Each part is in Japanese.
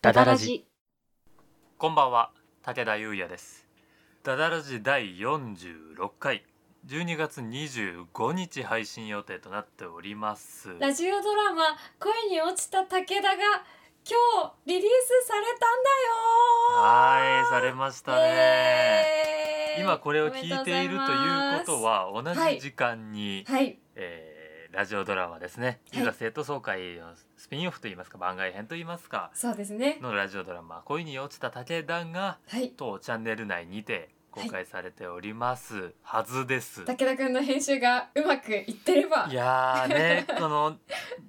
ダダラジこんばんは武田裕也ですダダラジ第46回12月25日配信予定となっておりますラジオドラマ「恋に落ちた武田」が今日リリースされたんだよはいされましたね、イエーイ今これを聞いているということは同はいじ時間に、はいえーラジオドラマですね「はいいざ生徒総会」のスピンオフといいますか番外編といいますかそうですねのラジオドラマ「恋に落ちた武田」がはい当チャンネル内にて公開されておりますはずです。武田君の編集がうまくいってればいやーねこの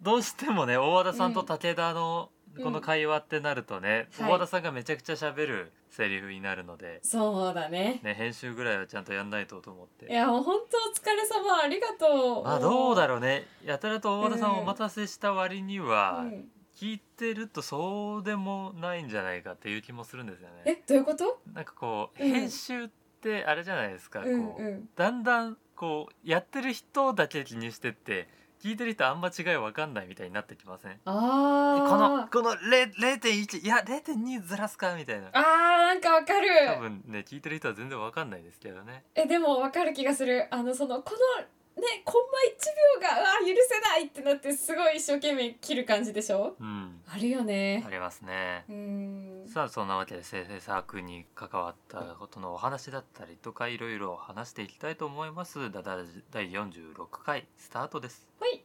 どうしてもね大和田さんと武田のうんこの会話ってなるとね、はい大和田さんがめちゃくちゃ喋るセリフになるので、そうだねね、編集ぐらいはちゃんとやんないとと思っいて。やもう本当お疲れ様ありがとうまあどうだろろうねやたらと大和田さんをお待たせした割には、ん、聞いてるとそうでもないんじゃないかっていう気もするんですよえね。どういうことなんかこううん編集ってあれじゃないですか、うんこううんだんだんこうやってる人だけ気にしてって聞いてる人あんま違いわかんないみたいになってきませんあーこのこの0 0.1いや0.2ずらすかみたいなあーなんかわかる多分ね聞いてる人は全然わかんないですけどねえでもわかる気がするあのそのこのねコンマ1秒があ許せないってなってすごい一生懸命切る感じでしょうんあるよねありますねうーんさあそんなわけで制作に関わったことのお話だったりとかいろいろ話していきたいと思いますダダラジ第46回スタートですほい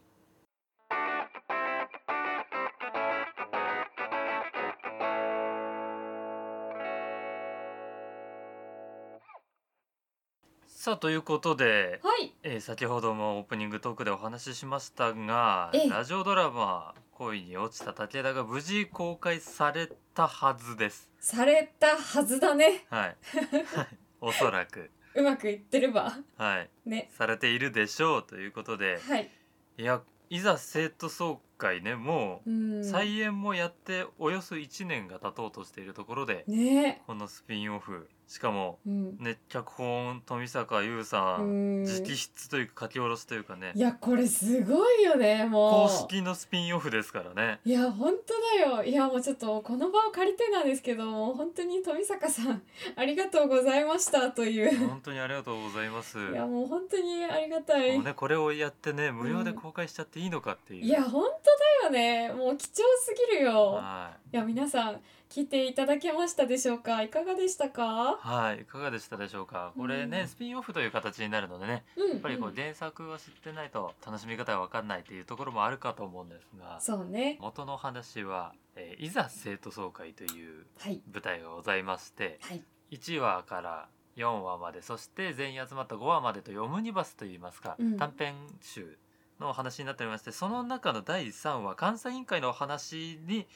さあということで、はいえー先ほどもオープニングトークでお話ししましたがええラジオドラマ「恋に落ちた武田」が無事公開されたはずですされたはずだねはい おそらくうまくいってればはいねされているでしょうということではいいやいざ生徒総会ねもうーうん再演もやっておよそ1年が経とうとしているところでねこのスピンオフしかもうんね脚本富坂優さうーんん直筆というか書き下ろしというかねいやこれすごいよねも公う式のスピンオフですからねいや本当だよいやもうちょっとこの場を借りてなんですけどもう本当に富坂さんありがとうございましたという本当にありがとうございますいやもう本当にありがたいもうねこれをやってね無料で公開しちゃっていいのかっていういや本当だよねもう貴重すぎるよはいや皆さん聞いていただけましたでしょうかいかがでしたいかはいいかがでしたでしょうかこれね、うんスピンオフという形になるのでねうんややっぱりこう原作を知ってないと楽しみ方が分かんないっていうところもあるかと思うんですがそうね元の話は、えーいざ生徒総会」というはい舞台がございましてはい1話から4話までそして全員集まった5話までというオムニバスといいますか、うん短編集のお話になっておりましてその中の第3話監査委員会のお話に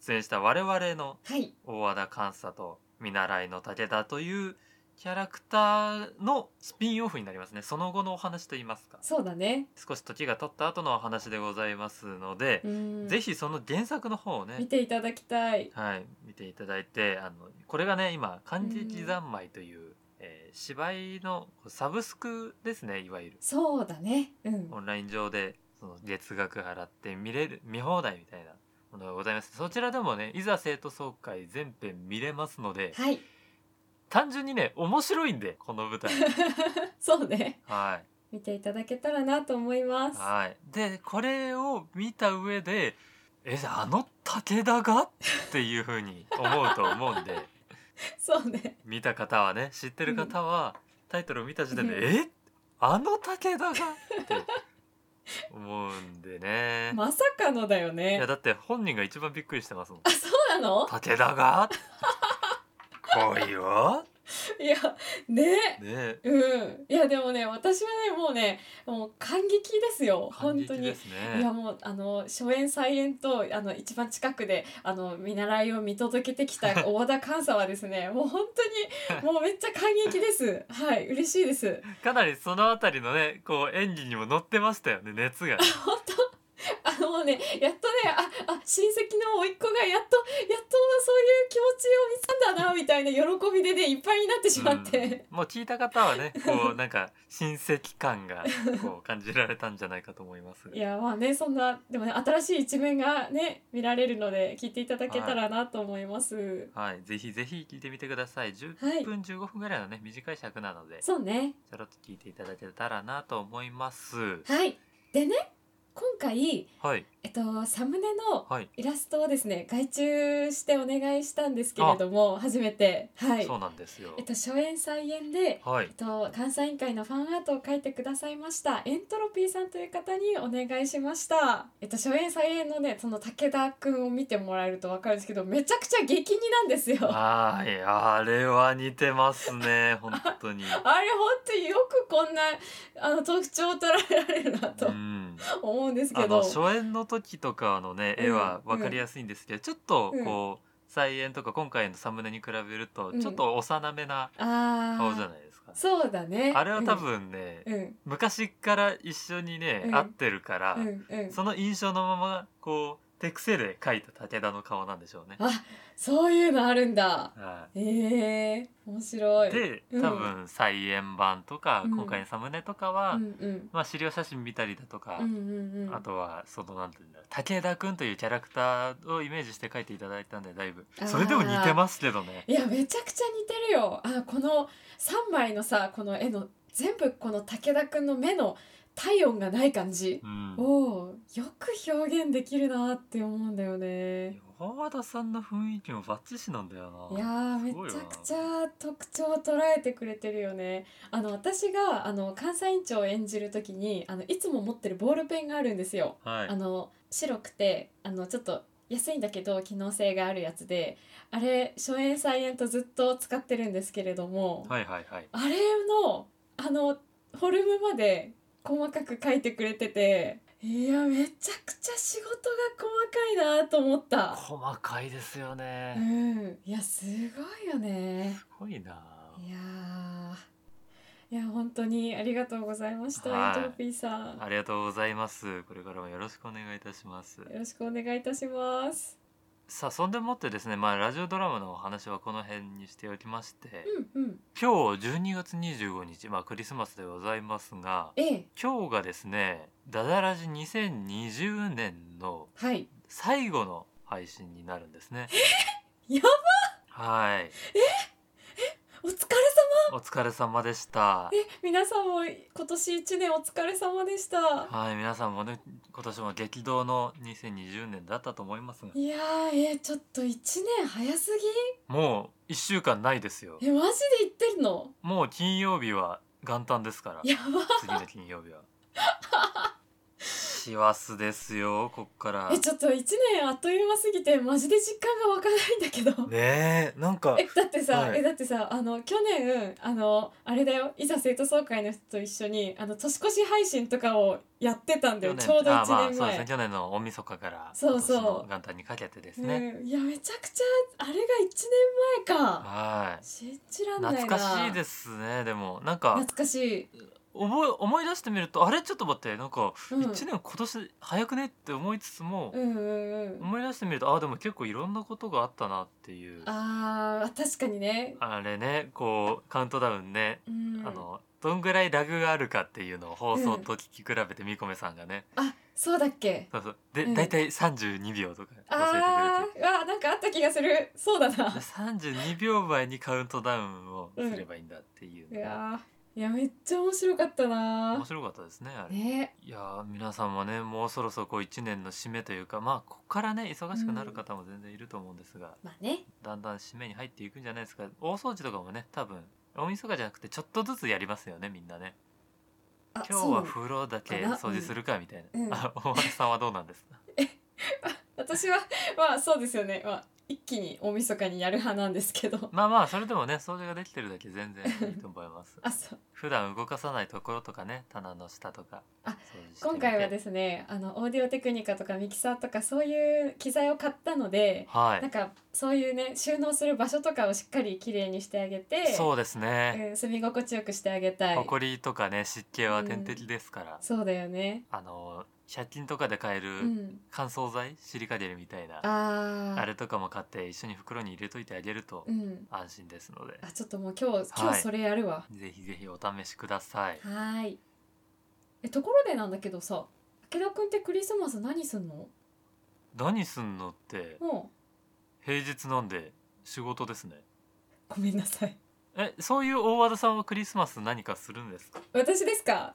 出演した我々のはい大和田監査と見習いの武田というキャラクターのスピンオフになりますねその後のお話といいますかそうだね少し時が経った後のお話でございますのでう、んぜひその原作の方を見ねていただきたいはい見ていただいてあのこれがね今漢字字三昧という、えー芝居のサブスクですねいわゆるそうだねうんオンライン上でその月額払って見れる見放題みたいなものがございますそちらでもねいざ生徒総会全編見れますのではい単純にね面白いんでこの 舞台そうねはい見ていただけたらなと思いますはい、でこれを見た上で「えあの武田が?」っていうふうに思うと思うんでそうね見た方はね知ってる方は、タイトルを見た時点で「うんえあの武田が?」って思うんでね、まさかのだよいねやだって本人が一番びっくりしてますもんあ。そうなの武田が来いよ、いやねね、うんいやでもね私はねもうねもう感激ですよ感本激当にですね。いやもうあの初演再演とあの一番近くであの見習いを見届けてきた大和田監査はですねもう本当にもうめっちゃ感激ですはい嬉しいですかなりそのあたりのねこう演技にも乗ってましたよね熱がね。本当あのもうねやっとねああ親戚の甥っ子がやっとやっとそういう気持ちを見せたんだなみたいな喜びでねいっぱいになってしまって、うんもう聞いた方はねこうなんか親戚感がこう感じられたんじゃないかと思いますいやまあねそんなでもね新しい一面がね見られるので聞いていただけたらなと思います、はいぜひぜひ聞いてみてください10はい分15分ぐらいのね短い尺なのでちそうねょろっと聞いていただけたらなと思いますはいでね今回はいえっとサムネのはいイラストをですね外注してお願いしたんですけれども初めてはいそうなんですよえっと初演再演ではいえっと監査委員会のファンアートを描いてくださいましたエントロピーさんという方にお願いしましたえっと初演再演のねその武田くんを見てもらえるとわかるんですけどめちゃくちゃ激似なんですよあはいあれは似てます ね本当にれほんとよくこんなあの特徴を捉えられるなとうん思うんですけあど、の初演の時とかのねうん絵は分かりやすいんですけど、ちょっとこう、再演とか今回のサムネに比べるとうんちょっと幼めなあ顔じゃあないですか、そうだねあれは多分ね、うんうん昔から一緒にね、うん会ってるから、うんうんその印象のままこう手癖で描いた武田の顔なんでしょうね。あそういうのあるんだはええ面白い、いでうん多分再演版とか、うん今回のサムネとかは、うんうんまあ、資料写真見たりだとか、うんうんうんあとはそのなんていうんだ武田くんというキャラクターをイメージして描いていただいたんでだいぶあーそれでも似てますけどね。いやめちゃくちゃ似てるよあこの3枚のさこの絵の全部この武田くんの目の体温がない感じうん、をよく表現できるなって思うんだよね山田さんの雰囲気もバッチシなんだよいな。やーすめごいちわゃくちゃ特徴を捉えてくれてるよねあの私があの監査委員長を演じる時にあのいつも持ってるボールペンがあるんですよはいあの白くてあのちょっと安いんだけど機能性があるやつであれ初演再演とずっと使ってるんですけれども、はいはいはい。あれのあのフォルムまで細かく書いてくれてていやめちゃくちゃ仕事が細かいなと思った、細かいですようね。ん、いやすごいよねすごいな。いやーいや本当にありがとうございました、はいエントロピーさんありがとうございます。これからもよろしくお願いいたします。よろしくお願いいたしますさあ、そんでもってですね、まあラジオドラマのお話はこの辺にしておきまして、うんうん今日12月25日、まあクリスマスでございますが、ええ今日がですね、ダダラジ2020年のはい最後の配信になるんですね。やばはい。お疲れ様お疲れ様でした。え皆さんも今年一年お疲れ様でしたはい、皆さんもね、今年も激動の2020年だったと思いますが、いやーえーちょっと一年早すもう1週間ないですよぎ。えマジで言ってるのもう金曜日は元旦ですからやば次の金曜日は師走ですよこっからえちょっと一年あっという間すぎてマジで実感がわかないんだけど、ねえなんかえだってさ、はいえだってさあの去年あのあれだよいざ生徒総会の人と一緒にあの年越し配信とかをやってたんだよちょうどあ一まあそう年です前、ね去年の大晦日からそうそう今年の元旦にかけてですね、うんいやめちゃくちゃあれが一年前かはい信じらんないな懐かしいですねでもなんか懐かしい、思い思い出してみるとあれちょっと待ってなんかうん、 1年今年早くねって思いつつも、うんうんうん思い出してみるとあでも結構いろんなことがあったなっていうああー確かにね、れねこうカウントダウンねうん、あのどんぐらいラグがあるかっていうのを放送と聞き比べてみこめさんがね、あそうだっけそうそうで、うん大体32秒とか教えあてくれてーあなんかあった気がするそうだなで32秒前にカウントダウンをすればいいんだっていういのが、やーいやめっちゃ面白かったな面白かったですねあれ、ねいやー皆さんもねもうそろそろこう1年の締めというかまあここからね忙しくなる方も全然いると思うんですが、まあねだんだん締めに入っていくんじゃないですか大掃除とかもね多分大晦日じゃなくてちょっとずつやりますよねみんなねあ今日そうなはの風呂だけかな掃除するかみたいな、うんあ 大和さんはどうなんですか私はまあそうですよね、まあ、一気に大晦日にやる派なんですけどまあまあそれでもね掃除ができてるだけ全然いいと思います あそう普段動かさないところとかね棚の下とかあ今今回はでですねあのオーディオテクニカとかミキサーとかそういう機材を買ったのではなんかそういうね収納する場所とかをしっかりきれいにしてあげいてそうですね、うん、住み心地よくしてあげたい埃とかね湿気は天敵ですから、そうだよねあの100均とかで買えうるん、乾燥剤シリカゲルみたいなあーあれとかも買って一緒に袋に入れといてあげるとうん、安心ですのであちょっともう今日今日それやるわぜひぜひお試しくださいはーいえところでなんだけどさ武田くんってクリスマス何すんの何すんのっても平日なんで仕事ですねうごめんなさいえそういう大和田さんはクリスマス何かするんですか私ですか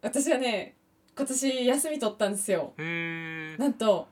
私はね今年休み取ったんですよへえなんと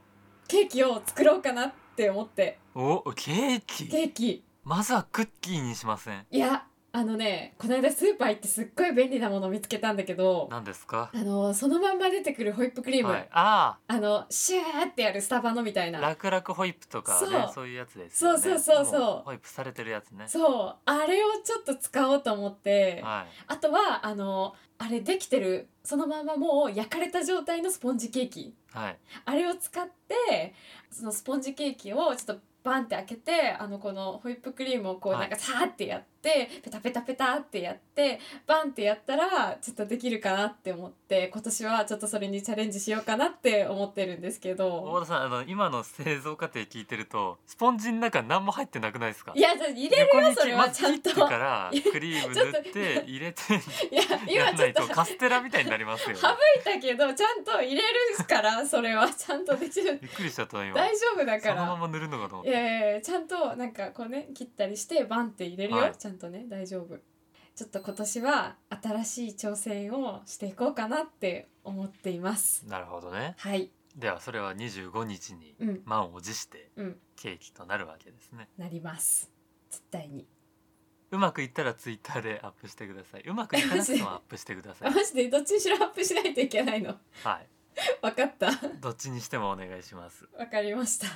ケーキを作ろうかなって思っておケーキケーキまずはクッキーにしませんいやあのねこの間スーパー行ってすっごい便利なもの見つけたんだけど何ですかあのそのまんま出てくるホイップクリーム、はい、ああのシューってやるスタバのみたいあな楽々ホイップとかねそそうういうやつですよねそうそうそうそうもホイップされてるやつねそうあれをちょっと使おうと思って、はいあとはあのあれできてるそのままもう焼かれた状態のスポンジケーキはいあれを使ってそのスポンジケーキをちょっとバンって開けてあのこのホイップクリームをこうはいなんかさーってやって、ペタペタペタってやってバンってやったらちょっとできるかなって思って今年はちょっとそれにチャレンジしようかなって思ってるんですけ大ど和田さんあの今の製造過程聞いてるとスポンジの中何も入ってなくないですかいやじゃあ入れる横にそれはまずちゃん切とってからいやクリーム塗っちょてっ入れていやや今んちなょっいととカステラみたいになります よ省いたけどちゃんと入れるから それはちゃんとできるびっくりしちゃった今大丈夫だそかのら。まま塗るのかと思っいたやいやいやちゃんとなんかこうね切ったりしてバンって入れるよ、はいちゃんとね大丈夫ちょっと今年は新しい挑戦をしていこうかなって思っていますなるほどねはいではそれは25日にうん満を持してうんケーキとなるわけですねなります絶対にうまくいったらツイッターでアップしてくださいうまくいかなくてもアップしてくださ あいマジでどっちにしろアップしないといけないのはいわかったどっちにしてもお願いしますわかりました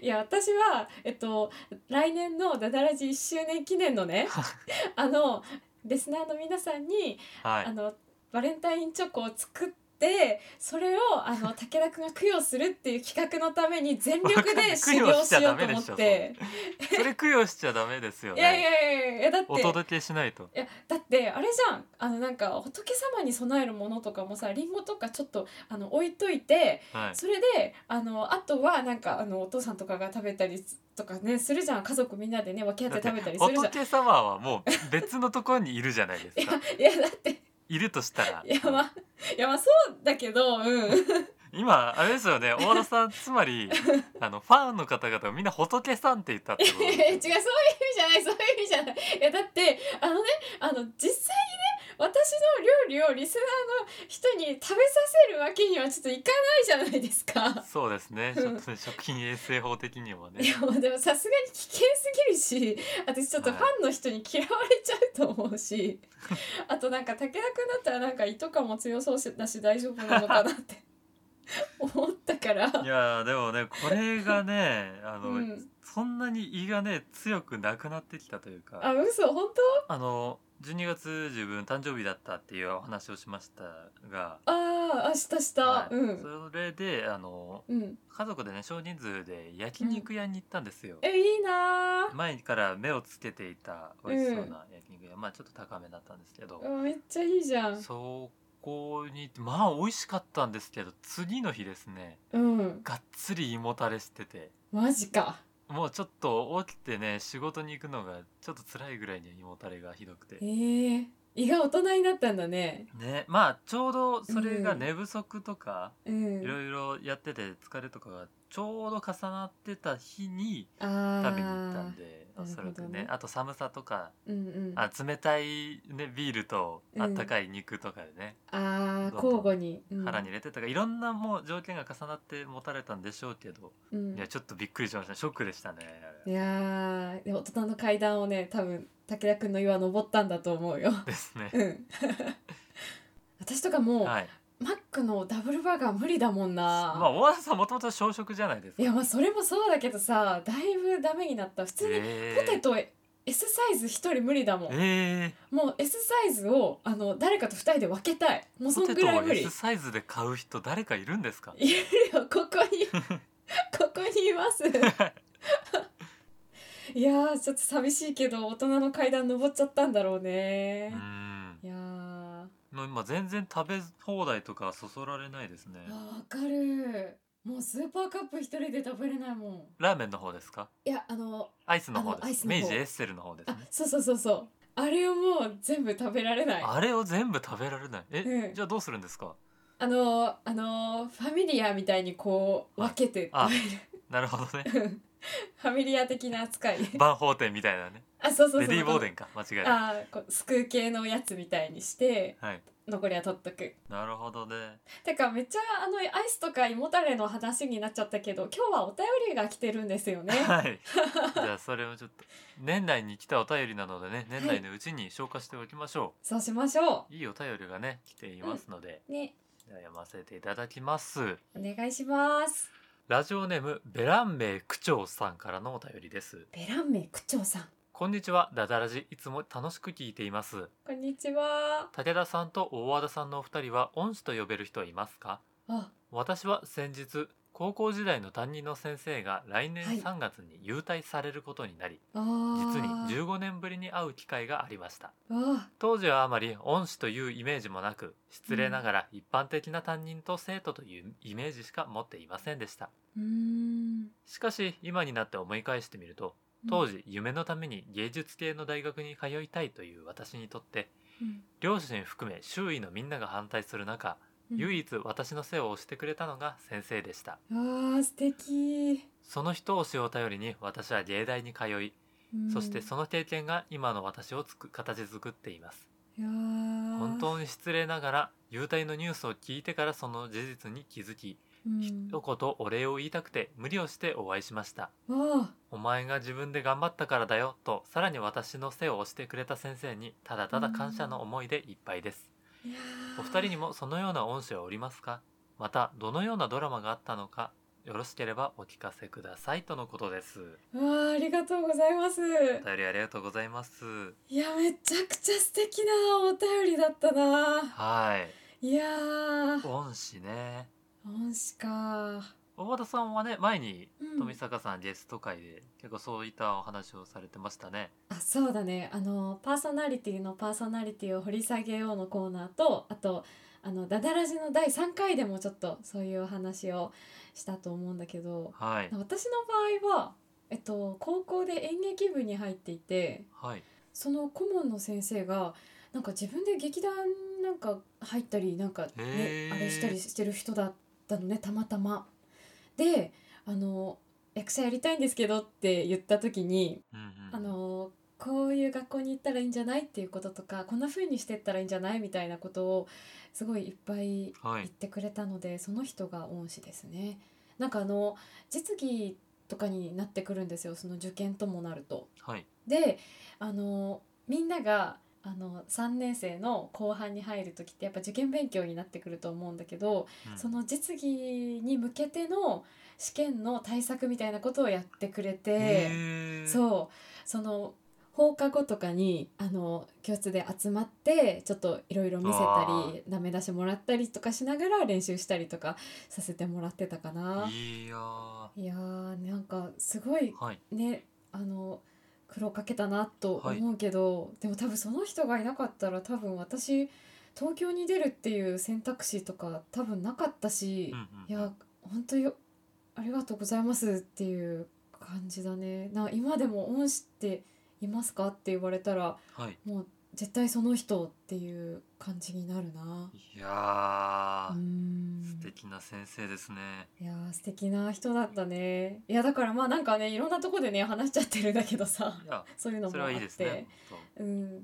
いや私はえっと来年のダダラジ1周年記念のねあのリスナーの皆さんにはあいのバレンタインチョコを作ってそれをあ の武田くんが供養するっていう企画のために全力わかんなでい修行しようと思供養っしちゃダメてそれ供養しちゃダメですよいやいねやいやいやだってお届けしないといやだってあれじゃんあのなんか仏様に供えるものとかもさりんごとかちょっとあの置いといてはいそれであのあとはなんかあのお父さんとかが食べたりとかねするじゃん家族みんなでね分け合だっって食べたてりするじゃん。仏様はもう別のところにいるじゃないでいすかやいやだっているとしたらいやまあいやまあそうだけどうん。今あれですよね大和田さんつま りあのファンの方々がみんな仏さんって言ったってこいとやいや違う そういう意味じゃないそういう意味じゃないいやだってあのねあの実際にね私の料理をリスナーの人に食べさせるわけにはちょっといかないじゃないですかそうです ねちょっとね食品衛生法的にもいねやもうでもさすがに危険すぎるし 私ちょっとフはいァンの人に嫌われちゃうと思 うし、あとなんか武田君だったらなんか胃とかも強そうだし大丈夫なのかなって 思ったからいやーでもねこれがねあの、うんそんなに胃がね強くなくなってきたというかああ嘘本の12月自分誕生日だったっていうお話をしましたが、当ああ明日した、はいうんそれであのうん家族でね少人数で焼肉屋に行ったんですよ。えいいなー前から目をつけていた美味しそうな焼肉屋、まあちょっと高めだったんですけど、うんめっちゃいいじゃんそこにまあ美味しかったんですけど次の日ですねうんがっつり胃もたれしててマジかもうちょっと起きてね仕事に行くのがちょっと辛いぐらいに胃もたれがひどくてえ。ー、胃が大人になったんだねね、まあちょうどそれがうん寝不足とか、うんいろいろやってて疲れとかがちょうど重なってた日にあ食べに行ったあんであーおそらくなるほどねねあと寒さとかうんうんああ冷たい、ね、ビールとうんあったかい肉とかでね、あーどんどん交互に、うん、腹に入れてたからいろんなもう条件が重なって持たれたんでしょうけど、うんいやちょっとびっくりしましたショックでしたねあいれやーで大人の階段をね多分武田君の胃は登ったんだと思うよですねうん 私とかもう、はいマックのダブルバーガー無理だもんな、まあ大和田さんもともと小食じゃないですかいやまあそれもそうだけどさだいぶダメになった普通にえポテト S サイズ一人無理だもん、えもう S サイズをあの誰かと二人で分けたいもー、うそポんテぐトらいを無理 S サイズで買う人誰かいるんですかいるよ ここに ここにいますいやーちょっと寂しいけど大人の階段登っちゃったんだろううねんいやーもう今全然食べ放題とかそそられないですねあわかるもうスーパーカップ一人で食べれないもんラーメンの方ですかいやあのアイスの方あのアでイすスの明方治エッセルの方ですあねそうそうそうそうあれをもう全部食べられないあれを全部食べられないえ、うんじゃあどうするんですかあのーあのーファミリアみたいにこうはい分けてあ食なるほどねべるファミリア的な扱い万宝店みたいなね あそうそうそうレディー・ボーデンか間違えないあーこうすくう系のやつみたいにしてはい残りは取っとくなるほどねてかめっちゃあのアイスとか胃もたれの話になっちゃったけど今日はお便りが来てるんです よねはいじゃあそれをちょっと年内に来たお便りなのでね年内のうちに消化しておきましょそうしましょういいお便りがね来ていますので、うねでは読ませていただきますお願いしますラジオネームベランメイ区長さんからのお便りですベランメ区長さんこんにちはダダラジいつも楽しく聞いていますこんにちは武田さんと大和田さんのお二人は恩師と呼べる人はいますかあ私は先日高校時代の担任の先生が来年はい3月に優退されることになり、あー実に15年ぶりに会う機会がありましたあ当時はあまり恩師というイメージもなく失礼ながら一般的な担任と生徒というイメージしか持っていませんでしたーうーんしかし今になって思い返してみると当時夢のために芸術系の大学に通いたいという私にとってうん両親含め周囲のみんなが反対する中うん唯一私の背を押してくれたのが先生でしたあー素敵、その一押しを頼りに私は芸大に通いうんそしてその経験が今の私をつく形作っていますいやー本当に失礼ながら優待のニュースを聞いてからその事実に気づきうん一言お礼を言いたくて無理をしてお会いしましたあお前が自分で頑張ったからだよとさらに私の背を押してくれた先生にただただ感謝の思いでいっぱいですーいやーお二人にもそのような恩師はおりますかまたどのようなドラマがあったのかよろしければお聞かせくださいとのことですわーありがとうございますお便りありがとうございますいやめちゃくちゃ素敵なお便りだったなはいいやー恩師ね恩師か大和田さんはね前にうん富坂さんゲスト会で結構そういったお話をされてましたねあそうだねあのパーソナリティのパーソナリティを掘り下げようのコーナーとあとあのダダラジの第3回でもちょっとそういうお話をしたと思うんだけどはい私の場合は、えっと、高校で演劇部に入っていてはいその顧問の先生がなんか自分で劇団なんか入ったりなんかへーねあれしたりしてる人だったのねたまたま。であの役者やりたいんですけどって言った時にうんあうんのこういう学校に行ったらいいんじゃないっていうこととかこんな風にしてったらいいんじゃないみたいなことをすごいいっぱいは言っいてくれたのでその人が恩師ですね。なんかあの実技とかになってくるんですよその受験ともなると。はいであのみんながあの3年生の後半に入る時ってやっぱ受験勉強になってくると思うんだけど、うんその実技に向けての試験の対策みたいなことをやってくれて。へーそうその放課後とかにあの教室で集まってちょっといろいろ見せたありダメ出しもらったりとかしながら練習したりとかさせてもらってたかないやーはいやーなんかすごいいねあの苦労かけたなと思うけど、でも多分その人がいなかったら多分私東京に出るっていう選択肢とか多分なかったし、うんいうんや本当にありがとうございますっていう感じだねな今でも恩師っていますかって言われたらはいもう絶対その人っていう感じになるないやうーーん素敵な先生ですねいやー素敵な人だったねいやだからまあなんかねいろんなとこでね話しちゃってるんだけどさいやそういうのそもれはいあっていですね本うん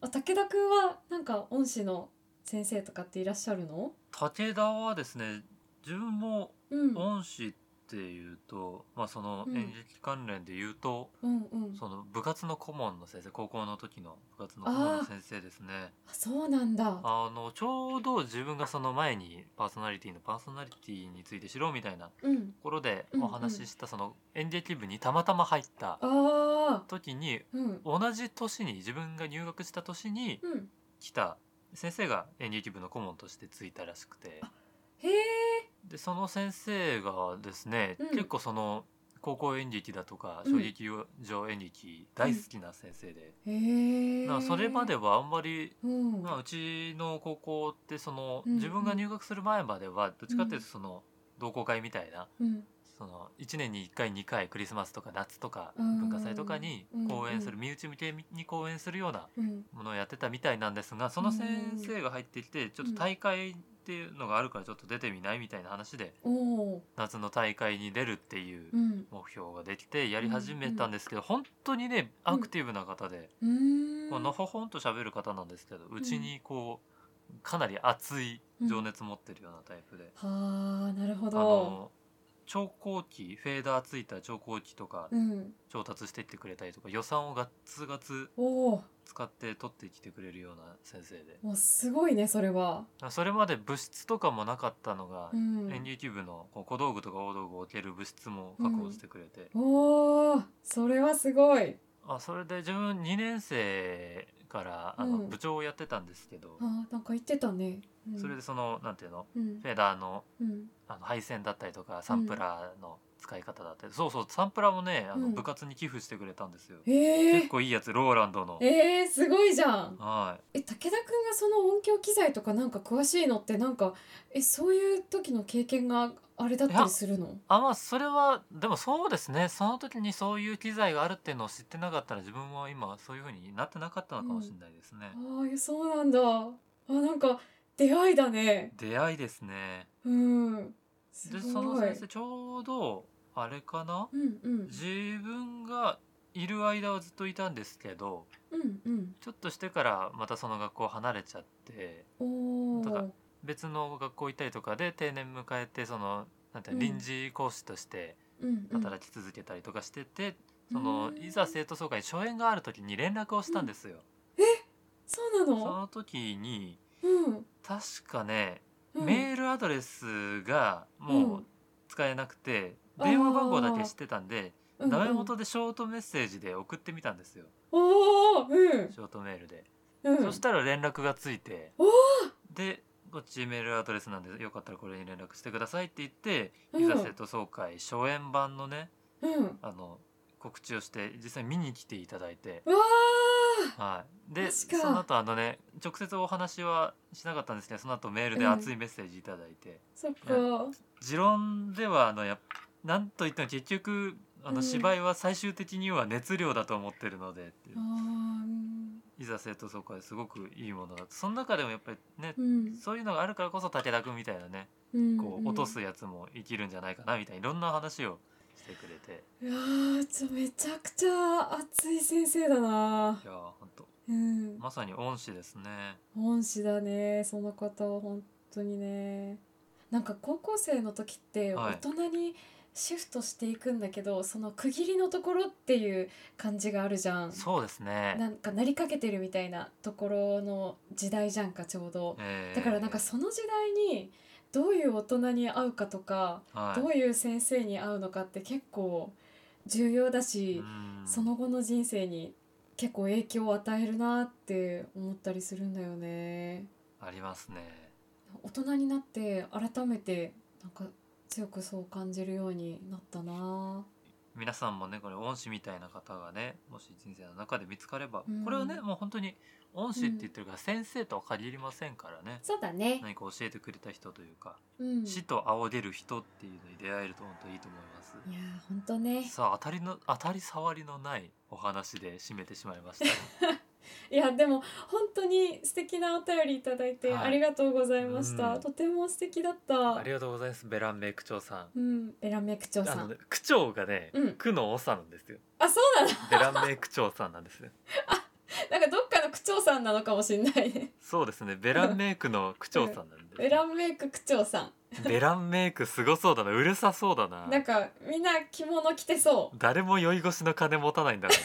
あ武田くんはなんか恩師の先生とかっていらっしゃるの当武田はですね自分もうんうん恩師っていうと、まあそのうん演劇関連で言うと、うんその部活の顧問の先生高校の時の部活の顧問の先生ですねあそうなんだあのちょうど自分がその前にパーソナリティのパーソナリティについてしろみたいなとうんころでうんうおん話ししたその演劇部にたまたま入ったああ時にうん同じ年に自分が入学した年にうん来た先生が演劇部の顧問としてついたらしくてへえでその先生がですね、うん結構その高校演劇だとかうん小劇場演劇大好きな先生で、へだえからそれまではあんまり、うんまあ、うちの高校ってその、うん自分が入学する前まではどっちかっていうとその、同好会みたいなうんその1年に1回2回クリスマスとか夏とかうん文化祭とかに講演する身内向けに講演するようなうんものをやってたみたいなんですがその先生が入ってきてちょっと大会っていうのがあるからちょっと出てみないみたいな話でおー夏の大会に出るっていううん目標ができてやり始めたんですけど本当にねアクティブな方でうーんこうのほほんと喋る方なんですけどうちにこうかなり熱い情熱持ってるようなタイプではあなるほあどの調光機フェーダーついた調光機とかうん調達してってくれたりとか予算をガッツガツおー使って取ってきてくれるような先生でもうすごいねそれはそれまで物質とかもなかったのがう、演ん劇部のこう小道具とか大道具を置ける物質も確保してくれて、おーそれはすごいあそれで自分2年生からあのうん部長をやってたんですけど、あーなんか言ってたねうんそれでそのなんていうのうんフェーダーのうんあの配線だったりとかサンプラーの使い方だったり、そうそうサンプラーもねあうのん部活に寄付してくれたんですよ、え結ー構いいやつローランドの、えーすごいじゃんはいえ武田くんがその音響機材とかなんか詳しいのってなんかえそういう時の経験があれだったりするのあまあそれはでもそうですねその時にそういう機材があるっていうのを知ってなかったら自分は今そういう風になってなかったのかもしれないですね、ああそうなんだあなんか出会いだね出会いですねうんすでそのごい先生ちょうどあれかなうんうん自分がいる間はずっといたんですけどうんうんちょっとしてからまたその学校離れちゃっておとかー別の学校行ったりとかで定年迎えてそのなんていううんの臨時講師としてうんうん働き続けたりとかしてて、そうのんいざ生徒総会に初演がある時に連絡をしたんですよ。そうなそのの時にうん確かね、うんメールアドレスがもううん使えなくて、あー電話番号だけ知ってたんで、うんダメうん元でショートメッセージで送ってみたんですよおおうんショートメールで、うんそしたら連絡がついておでこっちメールアドレスなんでよかったらこれに連絡してくださいって言って、うんいざ生徒総会初演版のねうんあの告知をして実際見に来ていただいてうわはい、で確かその後あのね直接お話はしなかったんですけどその後メールでうん熱いメッセージいただいて、ーそっか持論ではあのやっなんといっても結局あうのん芝居は最終的には熱量だと思ってるのでっていうあーういんざ生徒総会すごくいいものだとその中でもやっぱりねうんそういうのがあるからこそ武田君みたいなねうんこう落とすやつも生きるんじゃないかなみたいないろんな話をしてくれていやーちょめちゃくちゃ熱い先生だないやーほんとうんまさに恩師ですね。恩師だねその方は本当にねなんか高校生の時ってはい大人にシフトしていくんだけど、その区切りのところっていう感じがあるじゃんそうですね、なんかなりかけてるみたいなところの時代じゃんかちょうどえーだからなんかその時代にどういう大人に会うかとか、はいどういう先生に会うのかって結構重要だし、うんその後の人生に結構影響を与えるなって思ったりするんだよね。ありますね。大人になって改めてなんか強くそう感じるようになったな。皆さんもねこれ恩師みたいな方がねもし人生の中で見つかれば、うんこれはねもう本当に恩師って言ってるから先生とは限りませんからね、そうだね。何か教えてくれた人というか、うん。い師やと仰げる人っていうのに出会えると本当いいと思います。ー本当ね。さあ当たりの当たり障りのないお話で締めてしまいました。いやでも本当に素敵なお便りいただいてはいありがとうございました。うんとても素敵だった。 ありがとうございますベランメイ区長さん。うん。ベラメ区長あさの、ん。ね、区長がね、うん区の長なんですよ。あそうなの。 ベランメイ区長さんなんですよ。なんかどっかの区長さんなのかもしれな いね。そうですねベランメイ区の区長さんなんです。 ベランメイク区長さん。 ベランメイクすごそうだなうるさそうだななんかみんな着物着てそう。誰も酔い越しの金持たないんだろめ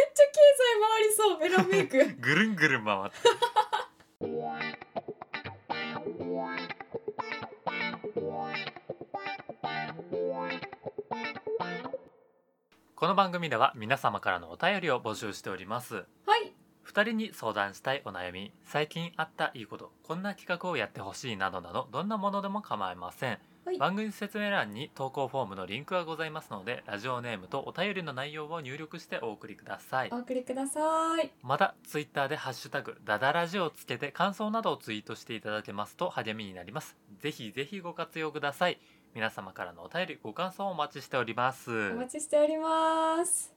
っちゃ経済回りそうベラメイう ク。なぐるんぐるん回ってこの番組では皆様からのお便りを募集しておりますはい。 2人に相談したいお悩み最近あったいいことこんな企画をやってほしいなどなどどんなものでも構いませんはい番組説明欄に投稿フォームのリンクがございますのでラジオネームとお便りの内容を入力してお送りくださいお送りくださいまたツイッターでハッシュタグダダラジをつけて感想などをツイートしていただけますと励みになりますぜひぜひご活用ください皆様からのお便りご感想をお待ちしておりますお待ちしております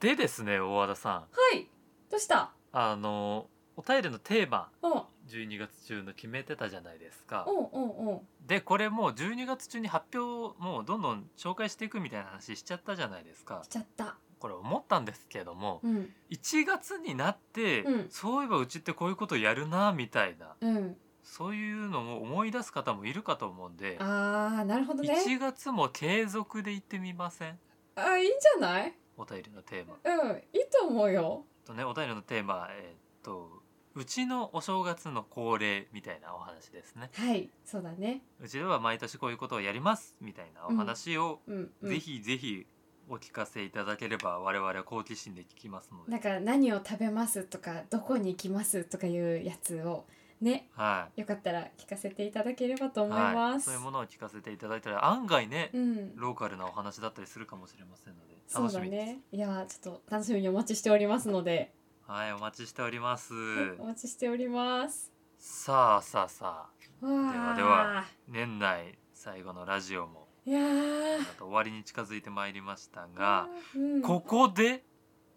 でですね大和田さんはいどうしたあのお便りのテーマうん12月中の決めてたじゃないですかうんうんうんでこれもう12月中に発表もうどんどん紹介していくみたいな話しちゃったじゃないですか来ちゃったこれ思ったんですけどもうん1月になって、うんそういえばうちってこういうことやるなみたいなうんそういうのも思い出す方もいるかと思うんで、あーなるほどね1月も継続で行ってみませんあいいんじゃないお便りのテーマうんいいと思うよとねお便りのテーマえーっとうちのお正月の恒例みたいなお話ですねはいそうだねうちでは毎年こういうことをやりますみたいなお話を、うん、うん、ぜひぜひお聞かせいただければ我々は好奇心で聞きますのなんで、か何を食べますとかどこに行きますとかいうやつをねはよかったら聞かせていただければとい思いはまい、す、そういうものを聞かせていただいたら案外ね、うんローカルなお話だったりするかもしれませんのでそう楽しだみです、ねいやーちょっと楽しみにお待ちしておりますので、はいお待ちしておりますお待ちしておりますさあさあさあわーでは年内最後のラジオもいやあーと終わりに近づいてまいりましたが、うん、こどこで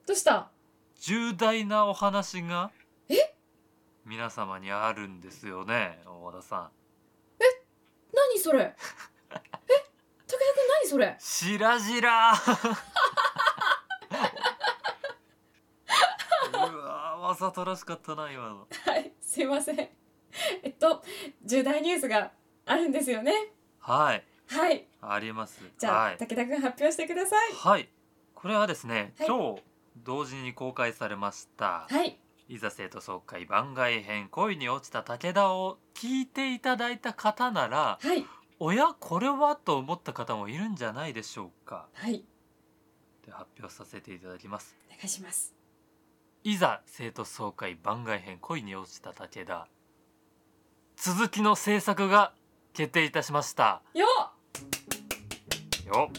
うした重大なお話が皆様にあるんですよね大和田さん何 それえ武田君何それしらじらうわわざとらしかったな今のはいすいませんえっと重大ニュースがあるんですよねはいはいありますじゃあ、はい武田君発表してくださいはいこれはですね、はい今日同時に公開されました、はいいざ生徒総会番外編恋に落ちた武田を聞いていただいた方ならはいおやこれはと思った方もいるんじゃないでしょうかはいで発表させていただきますお願いしますいざ生徒総会番外編恋に落ちた武田続きの制作が決定いたしましたよっよ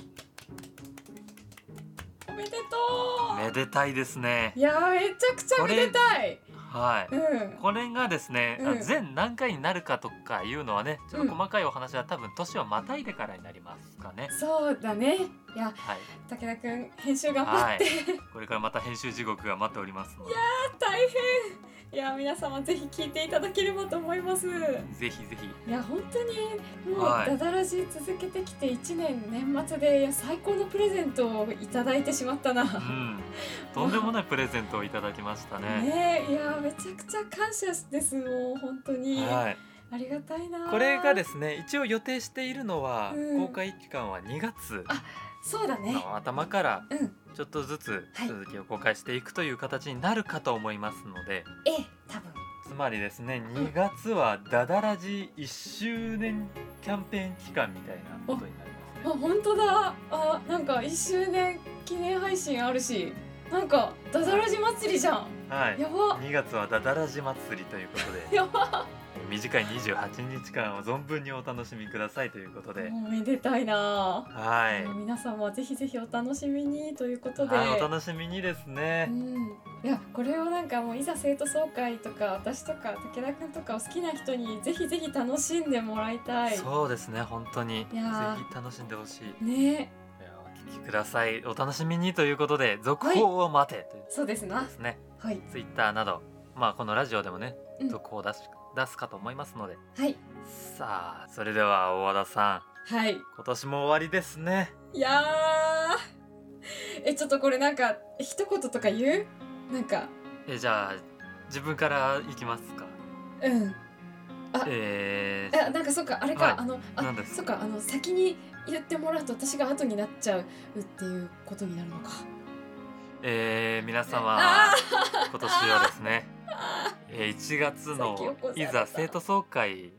おめでとうめでたいですねいやーめちゃくちゃめでたいはういんこれがですね、あうん全何回になるかとかいうのはねちょっとうん細かいお話は多分年をまたいでからになりますかね、そうだねいやはい、武田君編集頑張って、これからまた編集地獄が待っておりますので大変いや皆様ぜひ聞いていただければと思いますいぜひぜひや本当にもうはいダダラジ続けてきて1年年末でいや最高のプレゼントをいただいてしまったな、うんとんでもないプレゼントをいただきましたねねえいやめちゃくちゃ感謝ですもう本当に、はいありがたいなこれがですすね一応予定しているのは、うん公開期間は2月あそうだねの頭からうんちょっとずつはい続きを公開していくという形になるかと思いますので、ええ多分つまりですね2月はダダラジ1周年キャンペーン期間みたいなことになりますあね。本当だあなんか1周年記念配信あるしなんかダダラジ祭りじゃんはいやば2月はダダラジ祭りということでやば短い28日間を存分にお楽しみくださいということで、もうめでたいなはあのい、皆様ぜひぜひお楽しみにということで、はい、お楽しみにですね。うん、いやこれをなんかもういざ生徒総会とか私とか武田くんとかを好きな人にぜひぜひ楽しんでもらいたいそうですね本当にいぜやーひ楽しんでほしいいねやお聞きくださいお楽しみにということで続報を待てというこそうですとなですね、はいツイッターなどまあこのラジオでもねうん続報を出し、出すかと思いますのではいさあそれでは大和田さはいん今年も終わりですねいやーえちょっとこれなんか一言とか言うなんかえじゃあ自分からいきますかうんあえー、あなんかそっかあれか、はいあのなあんですそっかあの先に言ってもらうと私が後になっちゃうっていうことになるのかえー、皆様あ今年はですね、えー1月先をの越されいたざ生徒総会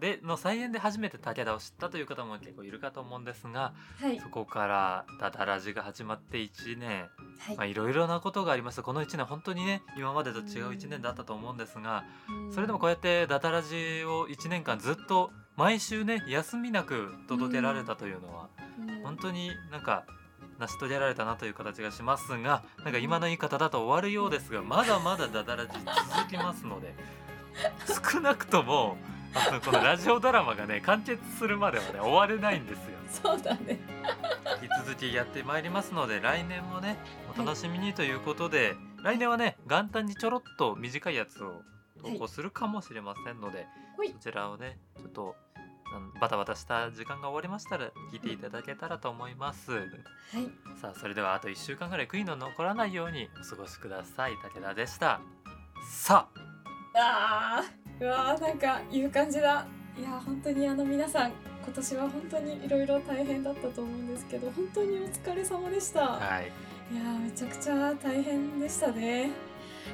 での再演で初めて武田を知ったという方も結構いるかと思うんですがはいそこから「ダダラジ」が始まって1年はい、まあいろいろなことがありましたこの1年本当にね今までと違う1年だったと思うんですがそれでもこうやって「ダダラジ」を1年間ずっと毎週ね休みなく届けられたというのはうん本当になんか成し遂げられたなという形がしますがなんか今の言い方だと終わるようですがまだまだダダラジ続きますので少なくともあのこのラジオドラマがね完結するまではね終われないんですよそうだね引き続きやってまいりますので来年もねお楽しみにということで、来年はね元旦にちょろっと短いやつを投稿するかもしれませんので、ほいそちらをねちょっとうんバタバタした時間が終わりましたら聞いていただけたらと思います、はいさあそれではあと1週間ぐらい悔いの残らないようにお過ごしください武田でしたさああーうわーなんかいう感じだいやー本当にあの皆さん今年は本当にいろいろ大変だったと思うんですけど本当にお疲れ様でした、はいい、やーめちゃくちゃ大変でしたね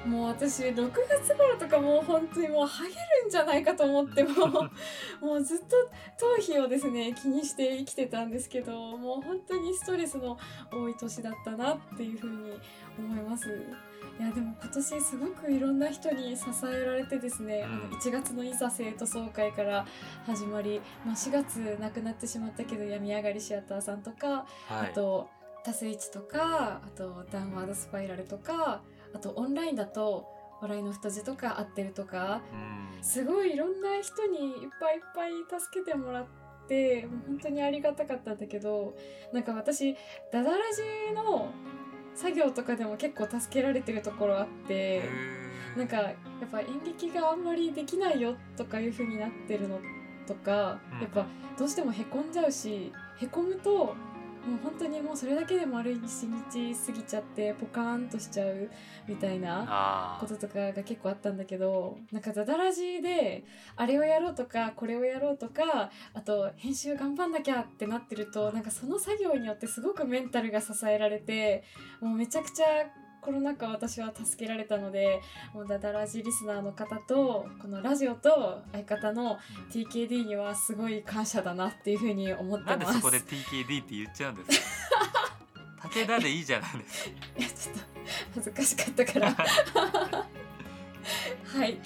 もう私6月頃とかもう本当にもうハゲるんじゃないかと思っても もうずっと頭皮をですね気にして生きてたんですけどもう本当にストレスの多い年だったなっていうふうに思いますいやでも今年すごくいろんな人に支えられてですね、あうんの1月のいざ生徒総会から始まり、まあ、4月亡くなってしまったけど病み上がりシアターさんとかはあいと「タスイチ」とかあと「ダウンワードスパイラル」とかあとオンラインだと「笑いの太字」とか「合ってる」とかうんすごいいろんな人にいっぱいいっぱい助けてもらってもう本当にありがたかったんだけどなんか私ダダラジの作業とかでも結構助けられてるところあって。なんかやっぱ演劇があんまりできないよとかいう風になってるのとか、うんやっぱどうしてもへこんじゃうしへこむともう本当にもうそれだけで丸一日過ぎちゃってポカーンとしちゃうみたいなあこととかが結構あったんだけどなんかダダラジであれをやろうとかこれをやろうとかあと編集頑張んなきゃってなってるとなんかその作業によってすごくメンタルが支えられてもうめちゃくちゃコロナ禍私は助けられたのでもうダダラジリスナーの方とこのラジオと相方の TKD にはすごい感謝だなっていうふうに思っなてんでます。そこで TKD って言っちゃうんですか武田でいいじゃないですか いやちょっと恥ずかしかった からはい、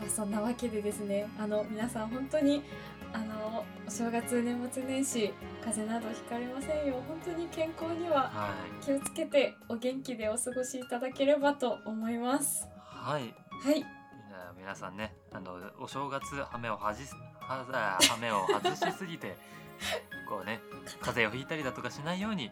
まあ、そんなわけでですねあの皆さん本当にあのお正月年末年始風邪などひかれませんよ本当に健康にはは気をつけてお元気でお過ごしいただければと思いまいすはいはいいや皆さんねあのお正月羽目をはじすはあ羽目を外しすぎてこうね風邪をひいたりだとかしないように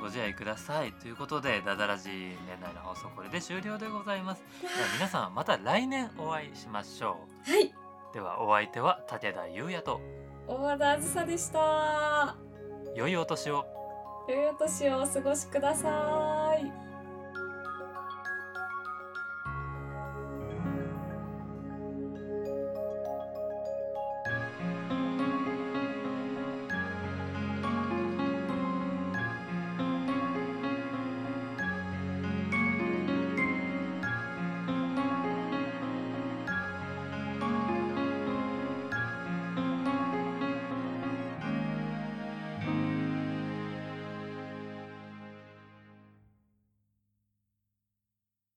ご自愛くださいということでダダラジ年内の放送これで終了でございますでは皆さんまた来年お会いしましょはい、うではお相手は武田優也と大和田あずさでした良いお年を良いお年をお過ごしください